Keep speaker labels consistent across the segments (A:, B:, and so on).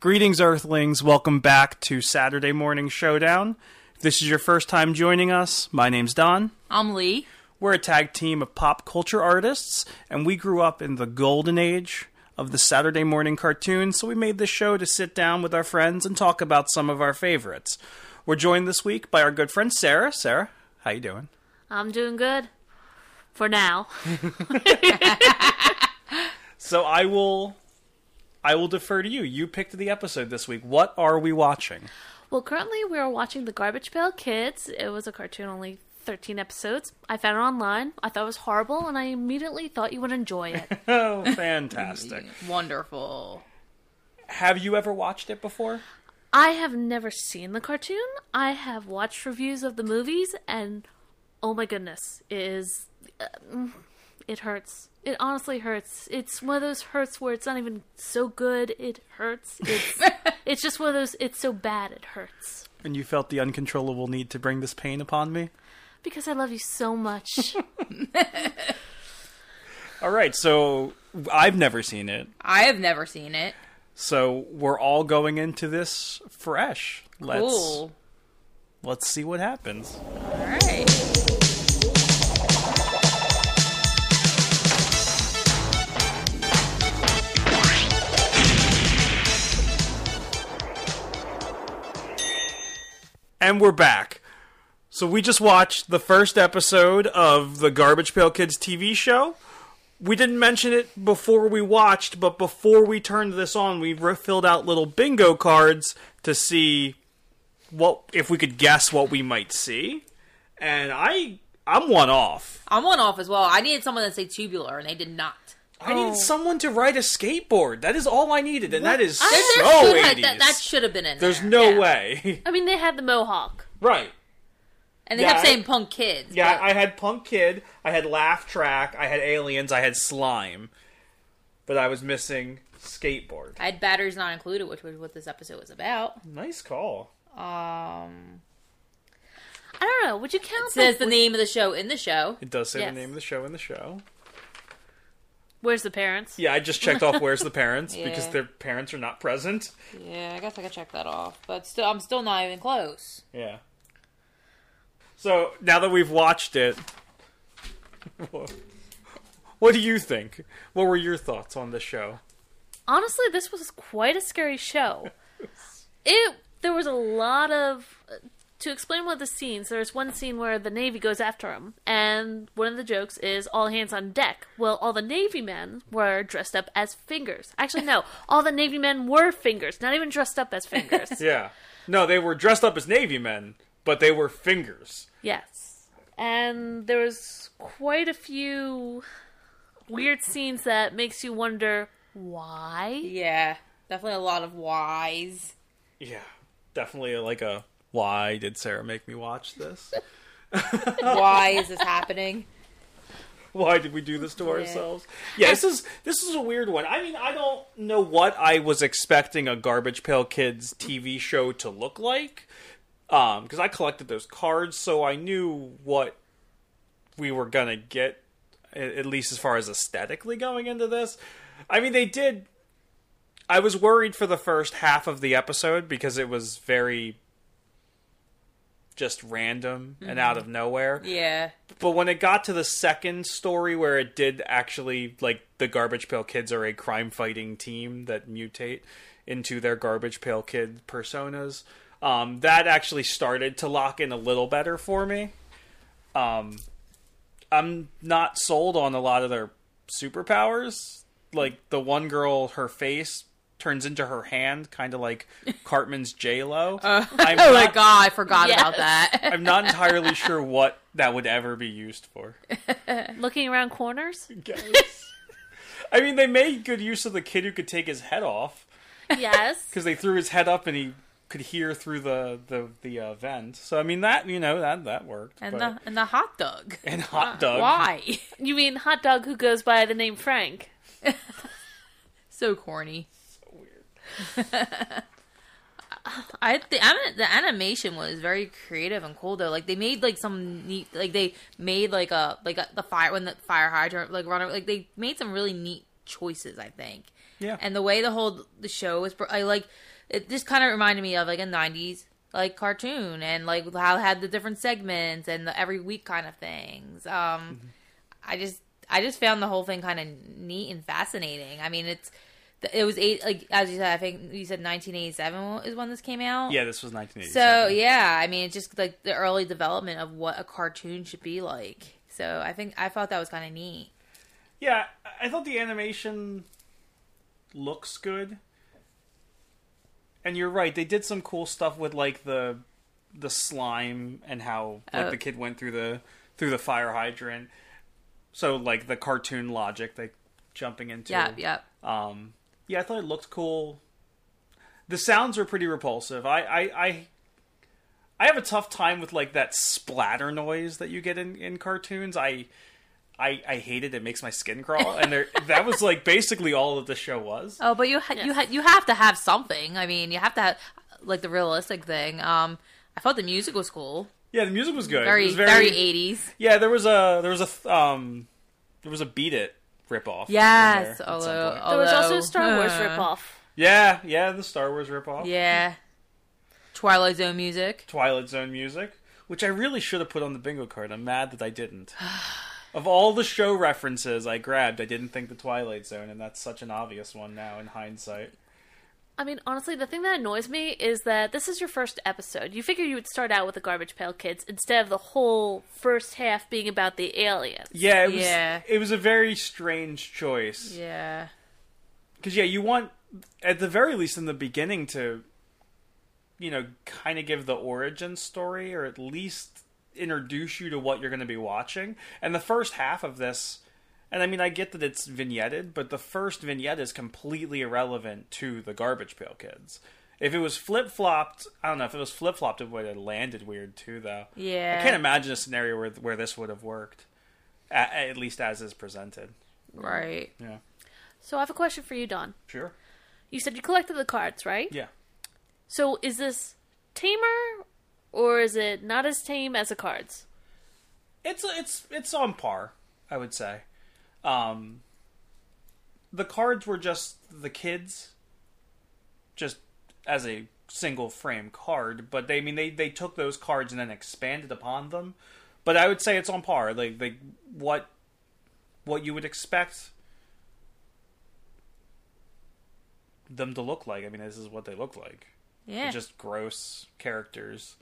A: Greetings, Earthlings. Welcome back to Saturday Morning Showdown. If this is your first time joining us, my name's Don.
B: I'm Lee.
A: We're a tag team of pop culture artists, and we grew up in the golden age of the Saturday morning cartoon, so we made this show to sit down with our friends and talk about some of our favorites. We're joined this week by our good friend Sarah. Sarah, how you doing?
C: I'm doing good for now.
A: So I will I will defer to you. You picked the episode this week. What are we watching?
C: Well, currently we are watching The Garbage Pail Kids. It was a cartoon only 13 episodes. I found it online. I thought it was horrible and I immediately thought you would enjoy it.
A: Oh, fantastic.
B: Wonderful.
A: Have you ever watched it before?
C: I have never seen the cartoon. I have watched reviews of the movies and oh my goodness, it is uh, mm, it hurts. It honestly hurts. It's one of those hurts where it's not even so good. It hurts. It's it's just one of those it's so bad it hurts.
A: And you felt the uncontrollable need to bring this pain upon me?
C: Because I love you so much.
A: All right, so I've never seen it.
B: I have never seen it.
A: So we're all going into this fresh. Let's
B: Cool.
A: let's see what happens.
B: All right.
A: And we're back. So we just watched the first episode of the Garbage Pail Kids TV show. We didn't mention it before we watched, but before we turned this on, we re- filled out little bingo cards to see what if we could guess what we might see. And I I'm one off.
B: I'm one off as well. I needed someone to say tubular, and they did not.
A: I
B: Oh.
A: needed someone to ride a skateboard. That is all I needed, and that is
B: There- there
A: so
B: should have-
A: 80s.
B: that, that should have been in
A: There's
B: there.
A: no
B: Yeah.
A: way.
C: I mean, they had the mohawk.
A: right.
B: And they
A: Yeah,
B: kept
A: I-
B: saying punk kids.
A: Yeah,
B: but-
A: I had Punk Kid, I had Laugh Track, I had Aliens, I had Slime, but I was missing Skateboard.
B: I had batteries not included, which was what this episode was about.
A: Nice call.
B: Um,
C: I don't know. Would you count
B: says
C: the-
B: the name of the show in the show.
A: It does say
B: Yes.
A: the name of the show in the show.
C: Where's the parents?
A: Yeah, I just checked off Where's the Parents because
B: Yeah.
A: their parents are not present.
B: Yeah, I guess I could check that off, but still, I'm still not even close.
A: Yeah. So now that we've watched it, what do you think? What were your thoughts on the show?
C: Honestly, this was quite a scary show. it there was a lot of uh, to explain one of the scenes. There's one scene where the navy goes after him, and one of the jokes is all hands on deck. Well, all the navy men were dressed up as fingers. Actually, no, all the navy men were fingers, not even dressed up as fingers.
A: Yeah. No, they were dressed up as Navy men, but they were fingers.
C: Yes. And there was quite a few weird scenes that makes you wonder why.
B: Yeah, definitely a lot of whys.
A: Yeah, definitely like a why did Sarah make me watch this?
B: Why is this happening?
A: why did we do this to ourselves? Yeah, this is this is a weird one. I mean, I don't know what I was expecting a Garbage Pail Kids TV show to look like. Um, because I collected those cards, so I knew what we were gonna get, a- at least as far as aesthetically going into this. I mean, they did. I was worried for the first half of the episode because it was very just random and out of nowhere
B: Yeah.
A: but when it got to the second story where it did actually like the garbage pail kids are a crime fighting team that mutate into their garbage pail kid personas um, that actually started to lock in a little better for me um, i'm not sold on a lot of their superpowers like the one girl her face turns into her hand kind of like cartman's j-lo I'm,
B: Oh my
A: not,
B: god, I forgot
C: Yes.
B: about that.
A: I'm not entirely sure what that would ever be used for
C: Looking around corners?
A: guess. I mean, they made good use of the kid who could take his head off
C: Yes.
A: because they threw his head up and he could hear through the the the uh, vent. So I mean, that you know that that worked.
B: and
A: but-
B: the and the hot dog.
A: and hot dog.
B: Why?
C: You mean hot dog who goes by the name Frank?
B: so corny.
A: Weird.
B: I think I mean, the animation was very creative and cool though. Like they made like some neat, like they made like a like a, the fire when the fire hydrant like run like they made some really neat choices. I think
A: Yeah.
B: and the way the whole the show was, I like it. Just kind of reminded me of like a '90s like cartoon, and like how it had the different segments and the every week kind of things. Um, I just I just found the whole thing kind of neat and fascinating. I mean, it's it was eight like as you said. I think you said 1987 is when this came out.
A: Yeah, this was 1987.
B: So yeah, I mean, it's just like the early development of what a cartoon should be like. So I think I thought that was kind of neat.
A: Yeah, I- I thought the animation looks good. And you're right, they did some cool stuff with like the the slime and how like
B: Oh.
A: the kid went through the through the fire hydrant. So like the cartoon logic they jumping into.
B: Yeah, yeah.
A: Um, yeah, I thought it looked cool. The sounds were pretty repulsive. I, I, I, I have a tough time with like that splatter noise that you get in, in cartoons. I, I, I hate it. It makes my skin crawl. And there, that was like basically all that the show was.
B: Oh, but you ha- you ha- you have to have something. I mean, you have to have like the realistic thing. Um, I thought the music was cool.
A: Yeah, the music was good. it
B: Very
A: was
B: very eighties.
A: yeah, there was a there was a th- um, there was a beat it ripoff. in
B: Yes.
A: there at some
B: Although,
A: point.
C: There was also
B: although-
C: a Star Wars
B: Huh.
C: ripoff.
A: yeah, yeah, the Star Wars ripoff.
B: Yeah. Twilight Zone music.
A: Twilight Zone music, which I really should have put on the bingo card. I'm mad that I didn't. of all the show references I grabbed, I didn't think the Twilight Zone, and that's such an obvious one now in hindsight.
C: I mean, honestly, the thing that annoys me is that this is your first episode. You figure you would start out with the Garbage Pail Kids instead of the whole first half being about the aliens.
A: Yeah, it was.
B: Yeah.
A: It was a very strange choice
B: Yeah.
A: because yeah, you want at the very least in the beginning to, you know, kind of give the origin story or at least introduce you to what you're going to be watching. And the first half of this. And I mean, I get that it's vignetted, but the first vignette is completely irrelevant to the Garbage Pail Kids. If it was flip flopped, I don't know. If it was flip flopped, it would have landed weird too, though.
B: Yeah.
A: I can't imagine a scenario where where this would have worked, at, at least as is presented.
B: Right.
A: Yeah,
C: So I have a question for you, Don.
A: sure.
C: You said you collected the cards, right?
A: Yeah,
C: So is this tamer or is it not as tame as the cards?
A: it's it's it's on par, I would say. Um, the cards were just the kids, just as a single frame card, but they I mean they they took those cards and then expanded upon them. But I would say it's on par, like like what what you would expect them to look like. I mean, this is what they look like.
B: Yeah.
A: Just gross characters.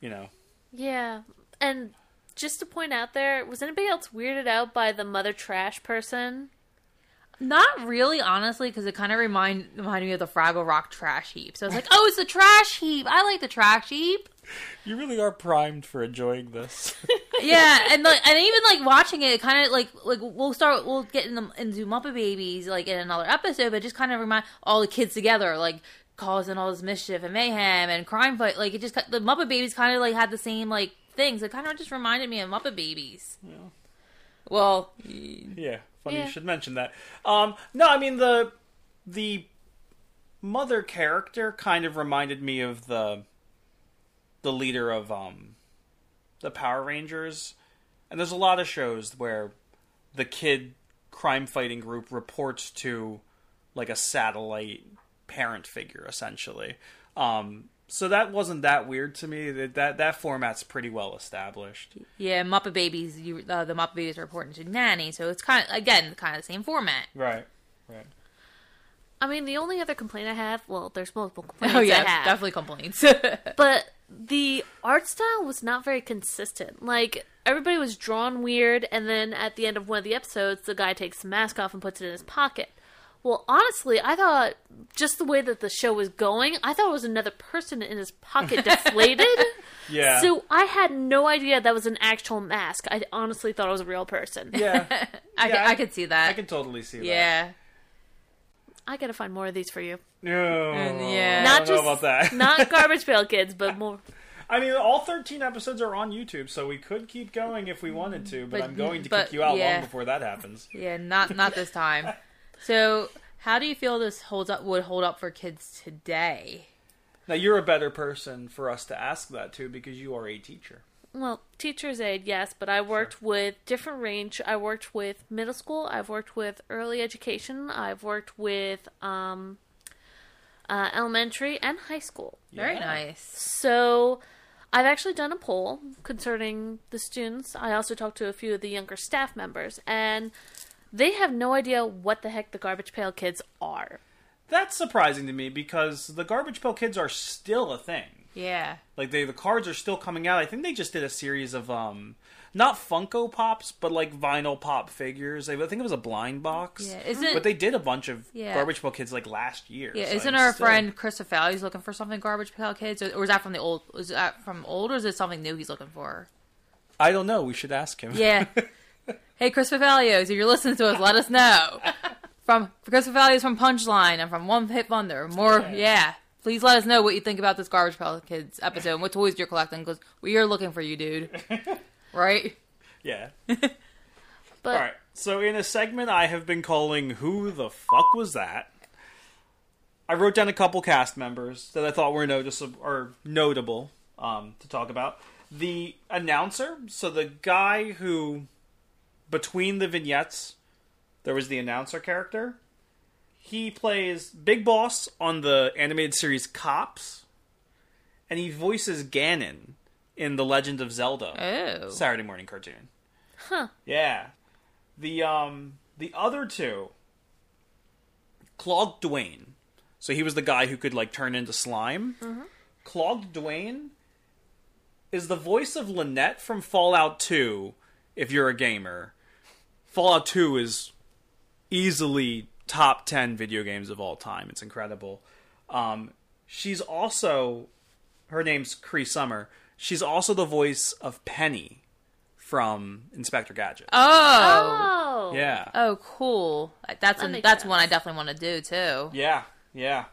A: You know.
C: Yeah. And just to point out there, was anybody else weirded out by the mother trash person?
B: Not really, honestly, because it kind of remind reminded me of the Fraggle Rock trash heap. So I was like, oh, it's the trash heap. I like the trash heap.
A: You really are primed for enjoying this.
B: yeah, and like, and even like watching it, it kind of like like we'll start we'll get in the, into Muppet Babies like in another episode, but it just kind of remind all the kids together, like causing all this mischief and mayhem and crime fight. Like it just ki- the Muppet Babies kind of like had the same like things. It kind of just reminded me of Muppet Babies. Well,
A: yeah, funny
C: Yeah.
A: you should mention that. Um, no, I mean the the mother character kind of reminded me of the the leader of um the Power Rangers, and there's a lot of shows where the kid crime fighting group reports to like a satellite parent figure essentially. Um, so that wasn't that weird to me. That that, that format's pretty well established.
B: yeah, Muppet Babies. You uh, the Muppet Babies are reporting to Nanny, so it's kind of again kind of the same format.
A: Right. Right.
C: I mean, the only other complaint I have, well, there's multiple complaints
B: Oh yeah,
C: I have.
B: definitely complaints.
C: but the art style was not very consistent. Like everybody was drawn weird, and then at the end of one of the episodes, the guy takes the mask off and puts it in his pocket. Well, honestly, I thought just the way that the show was going, I thought it was another person in his pocket deflated.
A: Yeah.
C: So I had no idea that was an actual mask. I honestly thought it was a real person.
A: yeah.
B: I, could,
A: Yeah,
B: I,
A: I-
B: could see that.
A: I can totally see
B: yeah.
C: I gotta find more of these for you.
A: that. No,
B: yeah.
A: I
C: Not
A: don't
C: just
A: know about that.
C: not garbage pail kids, but more.
A: I mean, all 13 episodes are on YouTube, so we could keep going if we wanted to, but,
B: But-
A: I'm going to
B: but,
A: kick you out
B: yeah.
A: long before that happens.
B: Yeah, not not this time. So, how do you feel this holds up would hold up for kids today?
A: Now, you're a better person for us to ask that to because you are a teacher.
C: well, teacher's aid, yes, but I worked with different range. I worked with middle school. I've worked with early education. I've worked with um, uh, elementary and high school.
B: Very
A: Yeah.
B: nice.
C: So I've actually done a poll concerning the students. I also talked to a few of the younger staff members, and they have no idea what the heck the Garbage Pail Kids are.
A: That's surprising to me because the Garbage Pail Kids are still a thing.
B: Yeah.
A: Like they, the cards are still coming out. I think they just did a series of um, not Funko Pops, but like vinyl pop figures. I think it was a blind box.
B: Yeah, isn't-
A: but they did a bunch of
B: Yeah.
A: Garbage Pail Kids like last year.
B: Yeah,
A: so
B: isn't
A: I'm
B: our
A: still-
B: friend Christopher Valley's looking for something Garbage Pail Kids, or, or is that from the old? Is that from old, or is it something new he's looking for?
A: I don't know. We should ask him.
B: Yeah. hey, Christopher Valios, if you're listening to us, let us know. From Christopher Valios from Punchline and from One Hit Wonder. More, yeah. Please let us know what you think about this Garbage Pail Kids episode and what toys you're collecting because we are looking for you, dude. right?
A: yeah.
C: But
A: All right. So in a segment I have been calling "Who the fuck was that?" I wrote down a couple cast members that I thought were noticeable or notable um, to talk about. The announcer, so the guy who between the vignettes there was the announcer character. He plays Big Boss on the animated series Cops, and he voices Ganon in The Legend of Zelda.
B: Oh.
A: Saturday morning cartoon. Huh. Yeah. The um the other two Clogged Dwayne. So he was the guy who could like turn into slime. Clogged Dwayne is the voice of Lynette from Fallout 2 if you're a gamer. Fallout 2 is easily top 10 video games of all time. It's incredible. Um she's also her name's Cree Summer. She's also the voice of Penny from Inspector Gadget.
B: Oh.
C: oh,
A: Yeah.
B: Oh, cool. Like, That's an,
C: makes
B: that's one I
C: sense.
B: definitely want to do too.
A: Yeah. Yeah.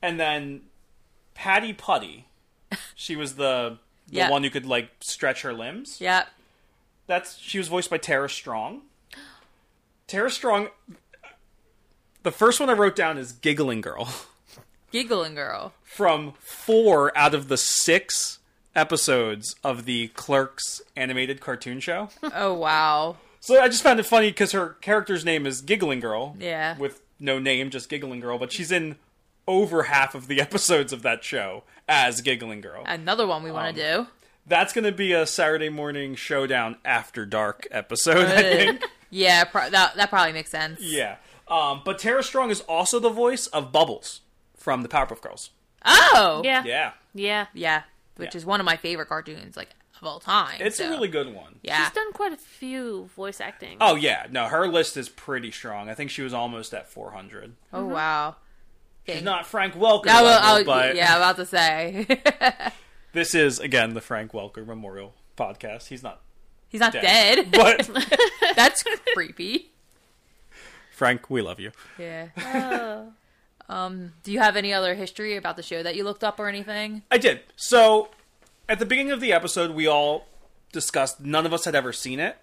A: And then Patty Putty. She was the the
B: Yeah.
A: one who could like stretch her limbs.
B: Yep.
A: That's she was voiced by Tara Strong. Tara Strong The first one I wrote down is Giggling Girl
B: Giggling girl.
A: from 4 out of the 6 episodes of the Clerks animated cartoon show.
B: Oh wow.
A: So I just found it funny because her character's name is Giggling Girl.
B: Yeah.
A: With no name, just Giggling Girl, but she's in over half of the episodes of that show as Giggling Girl.
B: Another one we
A: Um,
B: want to
A: That's going to be a Saturday morning showdown after dark episode, I
B: do.
A: think.
B: yeah, pro- that that probably makes sense.
A: Yeah. Um, but Tara Strong is also the voice of Bubbles from the Powerpuff Girls.
B: Oh.
C: yeah, yeah,
A: Yeah.
B: Yeah, which
A: Yeah.
B: is one of my favorite cartoons, like of all time.
A: It's
B: so,
A: a really good one.
B: yeah.
C: She's done quite a few voice acting.
A: Oh, yeah. No, her list is pretty strong. I think she was almost at 400.
B: Oh
C: uh-huh.
B: wow.
A: She's not Frank Welker,
B: I will,
A: level,
B: I will-
A: but...
B: Yeah, about to say
A: This is again the Frank Welker Memorial Podcast. He's not,
B: he's not
A: Dead.
B: dead.
A: but
B: That's creepy.
A: Frank, we love you.
B: Yeah.
C: Oh.
B: Um. Do you have any other history about the show that you looked up or anything?
A: I did. So, at the beginning of the episode, we all discussed none of us had ever seen it,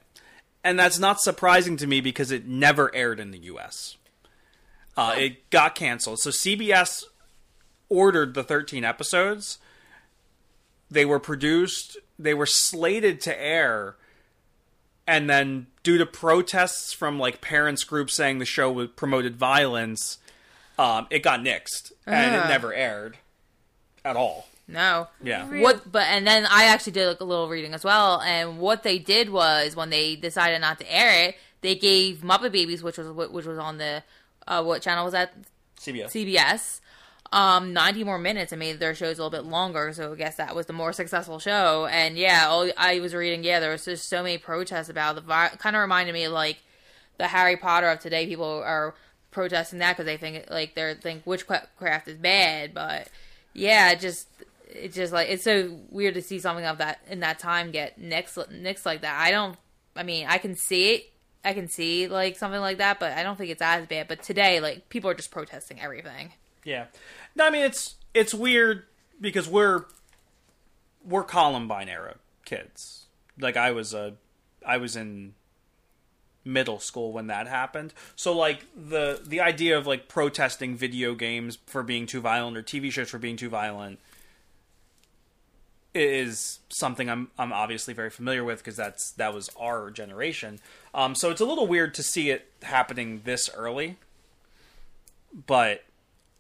A: and that's not surprising to me because it never aired in the U.S. Uh, It got canceled. So CBS ordered the 13 episodes. They were produced. They were slated to air, and then due to protests from like parents groups saying the show was- promoted violence, um, it got nixed and
B: Ah.
A: it never aired at all.
B: No.
A: Yeah.
C: Really?
B: What? But and then I actually did like a little reading as well, and what they did was when they decided not to air it, they gave Muppet Babies, which was which was on the uh, what channel was that?
A: CBS.
B: CBS um 90 more minutes and made their shows a little bit longer so I guess that was the more successful show and yeah all I was reading yeah there was just so many protests about the vi- kind of reminded me of, like the Harry Potter of today people are protesting that because they think like they think witchcraft is bad but yeah it just it's just like it's so weird to see something of that in that time get next next like that I don't I mean I can see it I can see like something like that but I don't think it's as bad but today like people are just protesting everything
A: Yeah. No, I mean it's it's weird because we're we're Columbine era kids. Like I was a I was in middle school when that happened. So like the the idea of like protesting video games for being too violent or TV shows for being too violent is something I'm I'm obviously very familiar with because that's that was our generation. Um, so it's a little weird to see it happening this early, but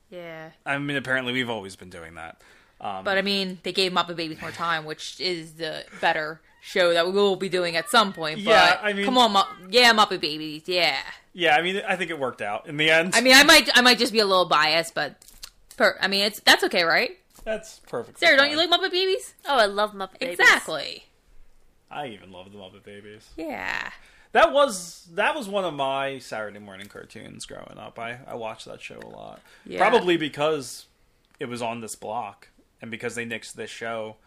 B: Yeah.
A: I mean apparently we've always been doing that. Um,
B: But I mean, they gave Muppet Babies more time, which is the better show that we will be doing at some point. But
A: Yeah, I mean-
B: come on, Mu- yeah, Muppet Babies, yeah.
A: Yeah, I mean I think it worked out in the end.
B: I mean, I might, I might just be a little biased, but per- I mean, it's that's okay, right?
A: that's perfect.
B: Sarah, don't you like Muppet Babies?
C: Oh, I love Muppet Babies.
B: Exactly.
A: I even love the Muppet Babies.
B: Yeah.
A: That was that was one of my Saturday morning cartoons growing up. I I watched that show a lot.
B: Yeah.
A: Probably because it was on this block and because they nixed this show,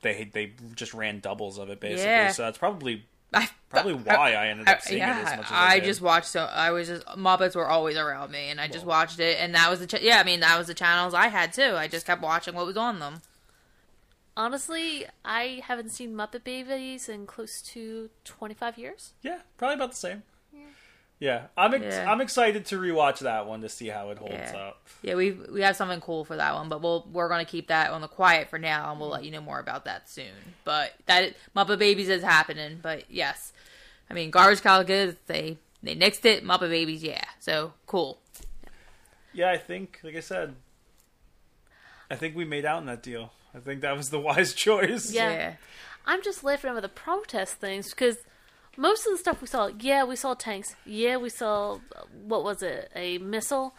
A: they they just ran doubles of it basically.
B: Yeah.
A: So that's probably
B: I,
A: probably why I ended
B: I-
A: up seeing it as
B: yeah,
A: much as I,
B: I,
A: did.
B: just watched so I was just Muppets were always around me, and I just watched it, and that was the ch- yeah. I mean, that was the channels I had too. I just kept watching what was on them.
C: Honestly, I haven't seen Muppet Babies in close to 25 years.
A: Yeah, probably about the same. Yeah, I'm ex-
B: Yeah.
A: I'm excited to rewatch that one to see how it holds
B: Yeah.
A: up.
B: Yeah, we we have something cool for that one, but we'll we're gonna keep that on the quiet for now, and we'll let you know more about that soon. But that Muppet Babies is happening. But yes, I mean Garbage Pail Kids they they nixed it. Muppet Babies, yeah, so cool.
A: Yeah, I think like I said, I think we made out in that deal. I think that was the wise choice.
C: Yeah. I'm just laughing over the protest things because most of the stuff we saw, yeah, we saw tanks, yeah, we saw uh, what was it, a missile,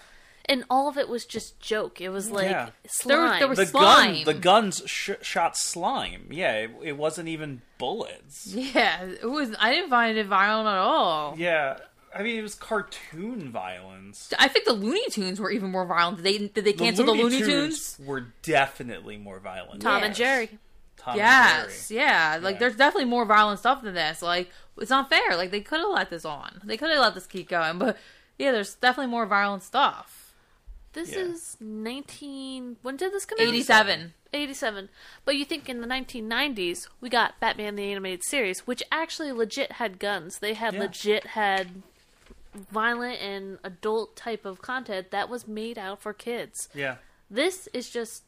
C: and all of it was just joke. It was like
A: Yeah.
B: There were- there
C: slime.
A: the
B: was- Slime.
A: gun the guns sh- shot slime yeah it, it wasn't even bullets
B: yeah, yeah. It was I didn't find it violent at all.
A: yeah i mean it was cartoon violence
B: I think the Looney Tunes were even more violent. Did they did they cancel the Looney, Tunes?
A: were definitely more violent
C: Tom
A: than
B: Yes.
C: and Jerry.
A: Tom and
B: Yes,
A: Jerry.
B: yeah. Like
A: Yeah.
B: there's definitely more violent stuff than this. Like it's not fair. Like they could have let this on. They could have let this keep going. But yeah, there's definitely more violent stuff.
C: This
A: Yeah.
C: is 19. When did this come out?
B: Eighty seven.
C: 87. But you think in the 1990s, we got Batman the Animated Series, which actually legit had guns. They had
A: Yeah.
C: legit had violent and adult type of content that was made out for kids.
A: yeah
C: This is just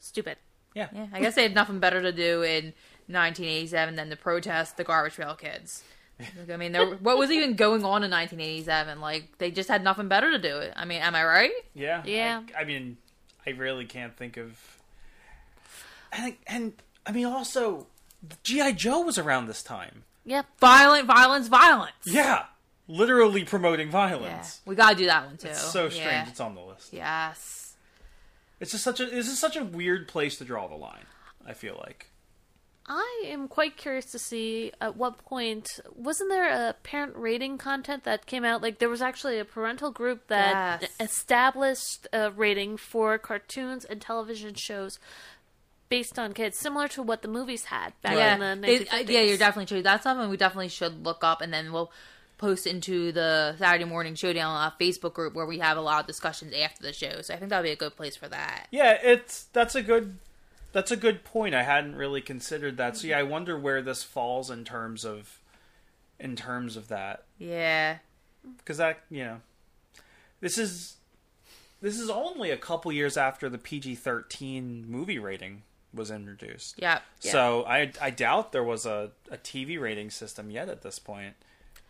C: stupid.
A: yeah
B: Yeah, I guess they had nothing better to do in 1987 than to protest the Garbage Pail Kids. Like, I mean, there, what was even going on in 1987? Like they just had nothing better to do. I mean, am I right?
A: yeah
C: Yeah.
A: I, I mean i really can't think of and, and i mean also gi joe was around this time
C: Yep.
B: Violent, violence, violence.
A: yeah literally promoting
B: Yeah.
A: violence
B: we gotta do that one too.
A: It's so strange
B: Yeah.
A: it's on the list
B: Yes.
A: It's just such a this is such a weird place to draw the line. I feel like.
C: I am quite curious to see at what point wasn't there a parent rating content that came out? Like there was actually a parental group that
B: Yes.
C: established a rating for cartoons and television shows based on kids, similar to what the movies had back
B: yeah,
C: in the
B: they-
C: 1950s.
B: uh, yeah, you're definitely true. That's something we definitely should look up, and then we'll post into the Saturday Morning Showdown uh, Facebook group where we have a lot of discussions after the show. So I think that would be a good place for that.
A: Yeah, it's that's a good that's a good point. I hadn't really considered that. So yeah, I wonder where this falls in terms of in terms of that
B: Yeah,
A: because that you know this is this is only a couple years after the PG thirteen movie rating was introduced.
B: yeah.
A: So I I doubt there was a, a TV rating system yet at this point.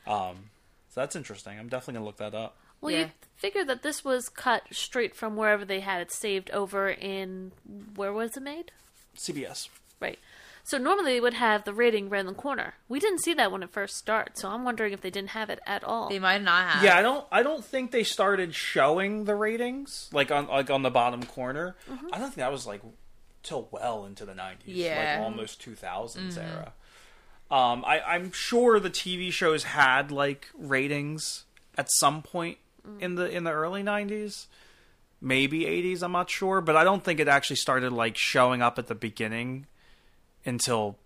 A: Um, so that's interesting. I'm definitely gonna look that up.
C: well,
B: yeah.
C: you figure that this was cut straight from wherever they had it saved over in where was it made?
A: CBS.
C: Right. So normally they would have the rating right in the corner. We didn't see that when it first starts, so I'm wondering if they didn't have it at all.
B: they might not have.
A: Yeah, I don't. I don't think they started showing the ratings like on like on the bottom corner. I don't think that was like till well into the nineties,
B: Yeah.
A: like almost two era. Um, I, I'm sure the TV shows had like ratings at some point in the in the early nineties, maybe eighties. I'm not sure, but I don't think it actually started like showing up at the beginning until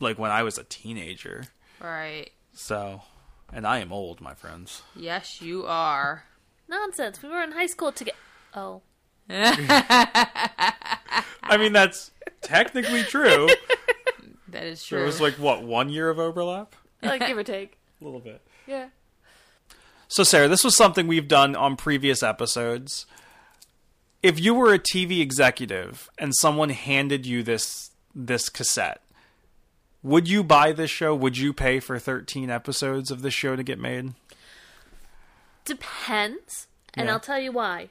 A: like when I was a teenager.
B: right.
A: So, and I am old, my friends.
B: Yes, you are.
C: Nonsense. We were in high school together. Oh.
A: I mean, that's technically true.
B: That is true.
A: There was like what one year of overlap,
C: Uh, give or take.
A: a little bit.
C: Yeah.
A: So, Sarah, this was something we've done on previous episodes. If you were a TV executive and someone handed you this this cassette, would you buy this show? Would you pay for 13 episodes of this show to get made?
C: Depends, and
A: Yeah.
C: I'll tell you why.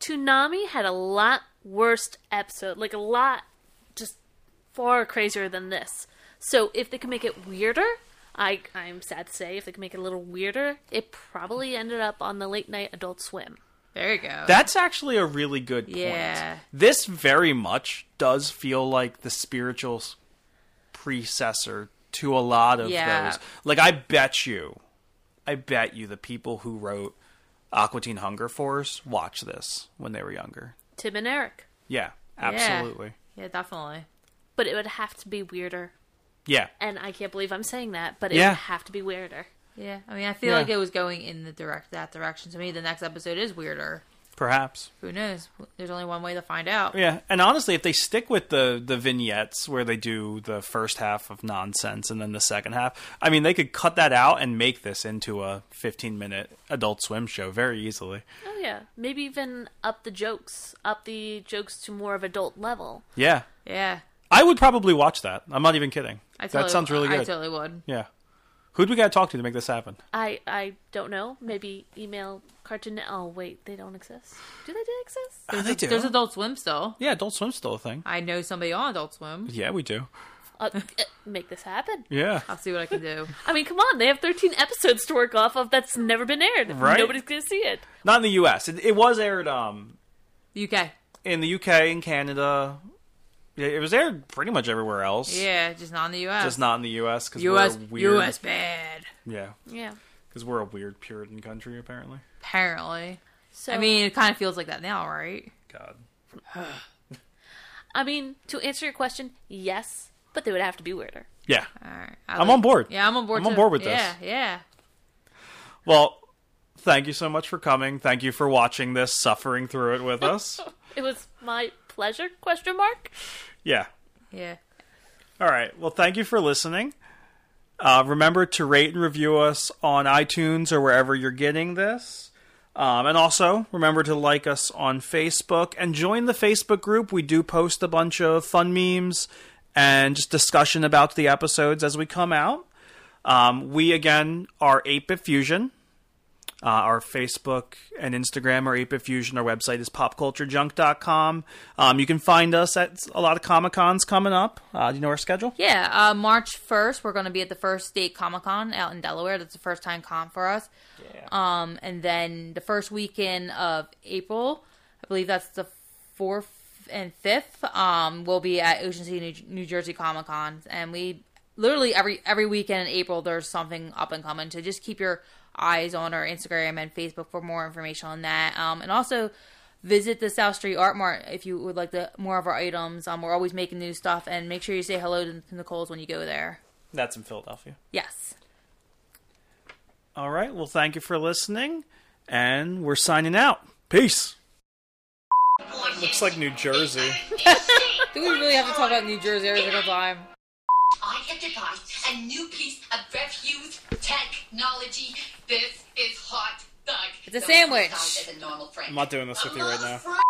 C: Toonami had a lot worse episode, like a lot just far crazier than this. So if they can make it weirder, I I'm sad to say if they can make it a little weirder, it probably ended up on the late night Adult Swim.
B: There you go.
A: That's actually a really good point.
B: Yeah.
A: This very much does feel like the spiritual s- precessor to a lot of
B: Yeah.
A: those. Like I bet you, I bet you the people who wrote Aqua Teen Hunger Force watched this when they were younger.
C: Tim and Eric,
A: Yeah, absolutely.
B: yeah, definitely.
C: but it would have to be weirder.
A: Yeah.
C: And I can't believe I'm saying that, but it
A: Yeah.
C: would have to be weirder.
B: Yeah, I mean, I feel
A: Yeah.
B: like it was going in the direct that direction. To me, the next episode is weirder.
A: perhaps.
B: Who knows? There's only one way to find out.
A: Yeah, and honestly, if they stick with the the vignettes where they do the first half of nonsense and then the second half, I mean, they could cut that out and make this into a 15 minute Adult Swim show very easily.
C: Oh yeah, maybe even up the jokes, up the jokes to more of adult level.
A: Yeah,
B: Yeah,
A: I would probably watch that. I'm not even kidding.
B: I totally,
A: that sounds really
B: I
A: good.
B: totally would.
A: yeah, who'd we got to talk to to make this happen?
C: I I don't know. Maybe email Cartoon. Net- Oh wait, they don't exist. Do they, do they exist?
A: Oh, they do.
B: There's Adult Swim still.
A: yeah, Adult Swim's still a thing.
B: I know somebody on Adult Swim.
A: Yeah, we do.
C: Uh, uh, make this happen.
A: Yeah,
B: I'll see what I can do.
C: I mean, come on. They have 13 episodes to work off of that's never been aired.
A: Right.
C: Nobody's gonna see it.
A: not in the U.S. It, it was aired um
B: UK.
A: in the U.K. and Canada. Yeah, It was aired pretty much everywhere else.
B: Yeah, just not in the US.
A: Just not in the U.S. because
B: US.
A: we're weird.
B: US bad.
A: Yeah,
C: Yeah.
A: because we're a weird Puritan country, apparently.
B: Apparently.
C: So
B: I mean, it kind of feels like that now, right?
A: God.
C: I mean, to answer your question, yes, but they would have to be weirder.
A: Yeah.
B: All right.
A: I'm on board.
B: Yeah, I'm on board.
A: I'm on
B: too.
A: board with
B: yeah, Yeah,
A: Well, thank you so much for coming. Thank you for watching this, suffering through it with us.
C: It was my pleasure? Question mark.
A: yeah.
B: yeah,
A: All right. Well, thank you for listening. Uh, remember to rate and review us on iTunes or wherever you're getting this. Um, and also remember to like us on Facebook and join the Facebook group. We do post a bunch of fun memes and just discussion about the episodes as we come out. Um, we again are 8-bit fusion. Uh, our Facebook and Instagram are 8-bit fusion. Our website is popculturejunk.com. Um, you can find us at a lot of Comic Cons coming up. Uh, do you know our schedule?
B: yeah. Uh, March first, we're going to be at the first state Comic Con out in Delaware. That's the first time con for us. Um, and then the first weekend of April, I believe that's the fourth and fifth. Um, we'll be at Ocean City, New, New Jersey Comic Con, and we literally every every weekend in April there's something up and coming. So just keep your eyes on our Instagram and Facebook for more information on that. Um, and also visit the South Street Art Mart if you would like the more of our items. Um, we're always making new stuff, and make sure you say hello to Nicole's when you go there.
A: That's in Philadelphia.
B: Yes.
A: All right. Well, thank you for listening, and we're signing out. Peace. Looks like New Jersey.
B: Do we really have to talk about New Jersey every single time?
D: I have devised a new piece of refuse technology. This is hot dog.
B: It's a
D: No,
B: sandwich.
D: sounds as a normal friend.
A: I'm not doing this with you right now.
D: Normal friend.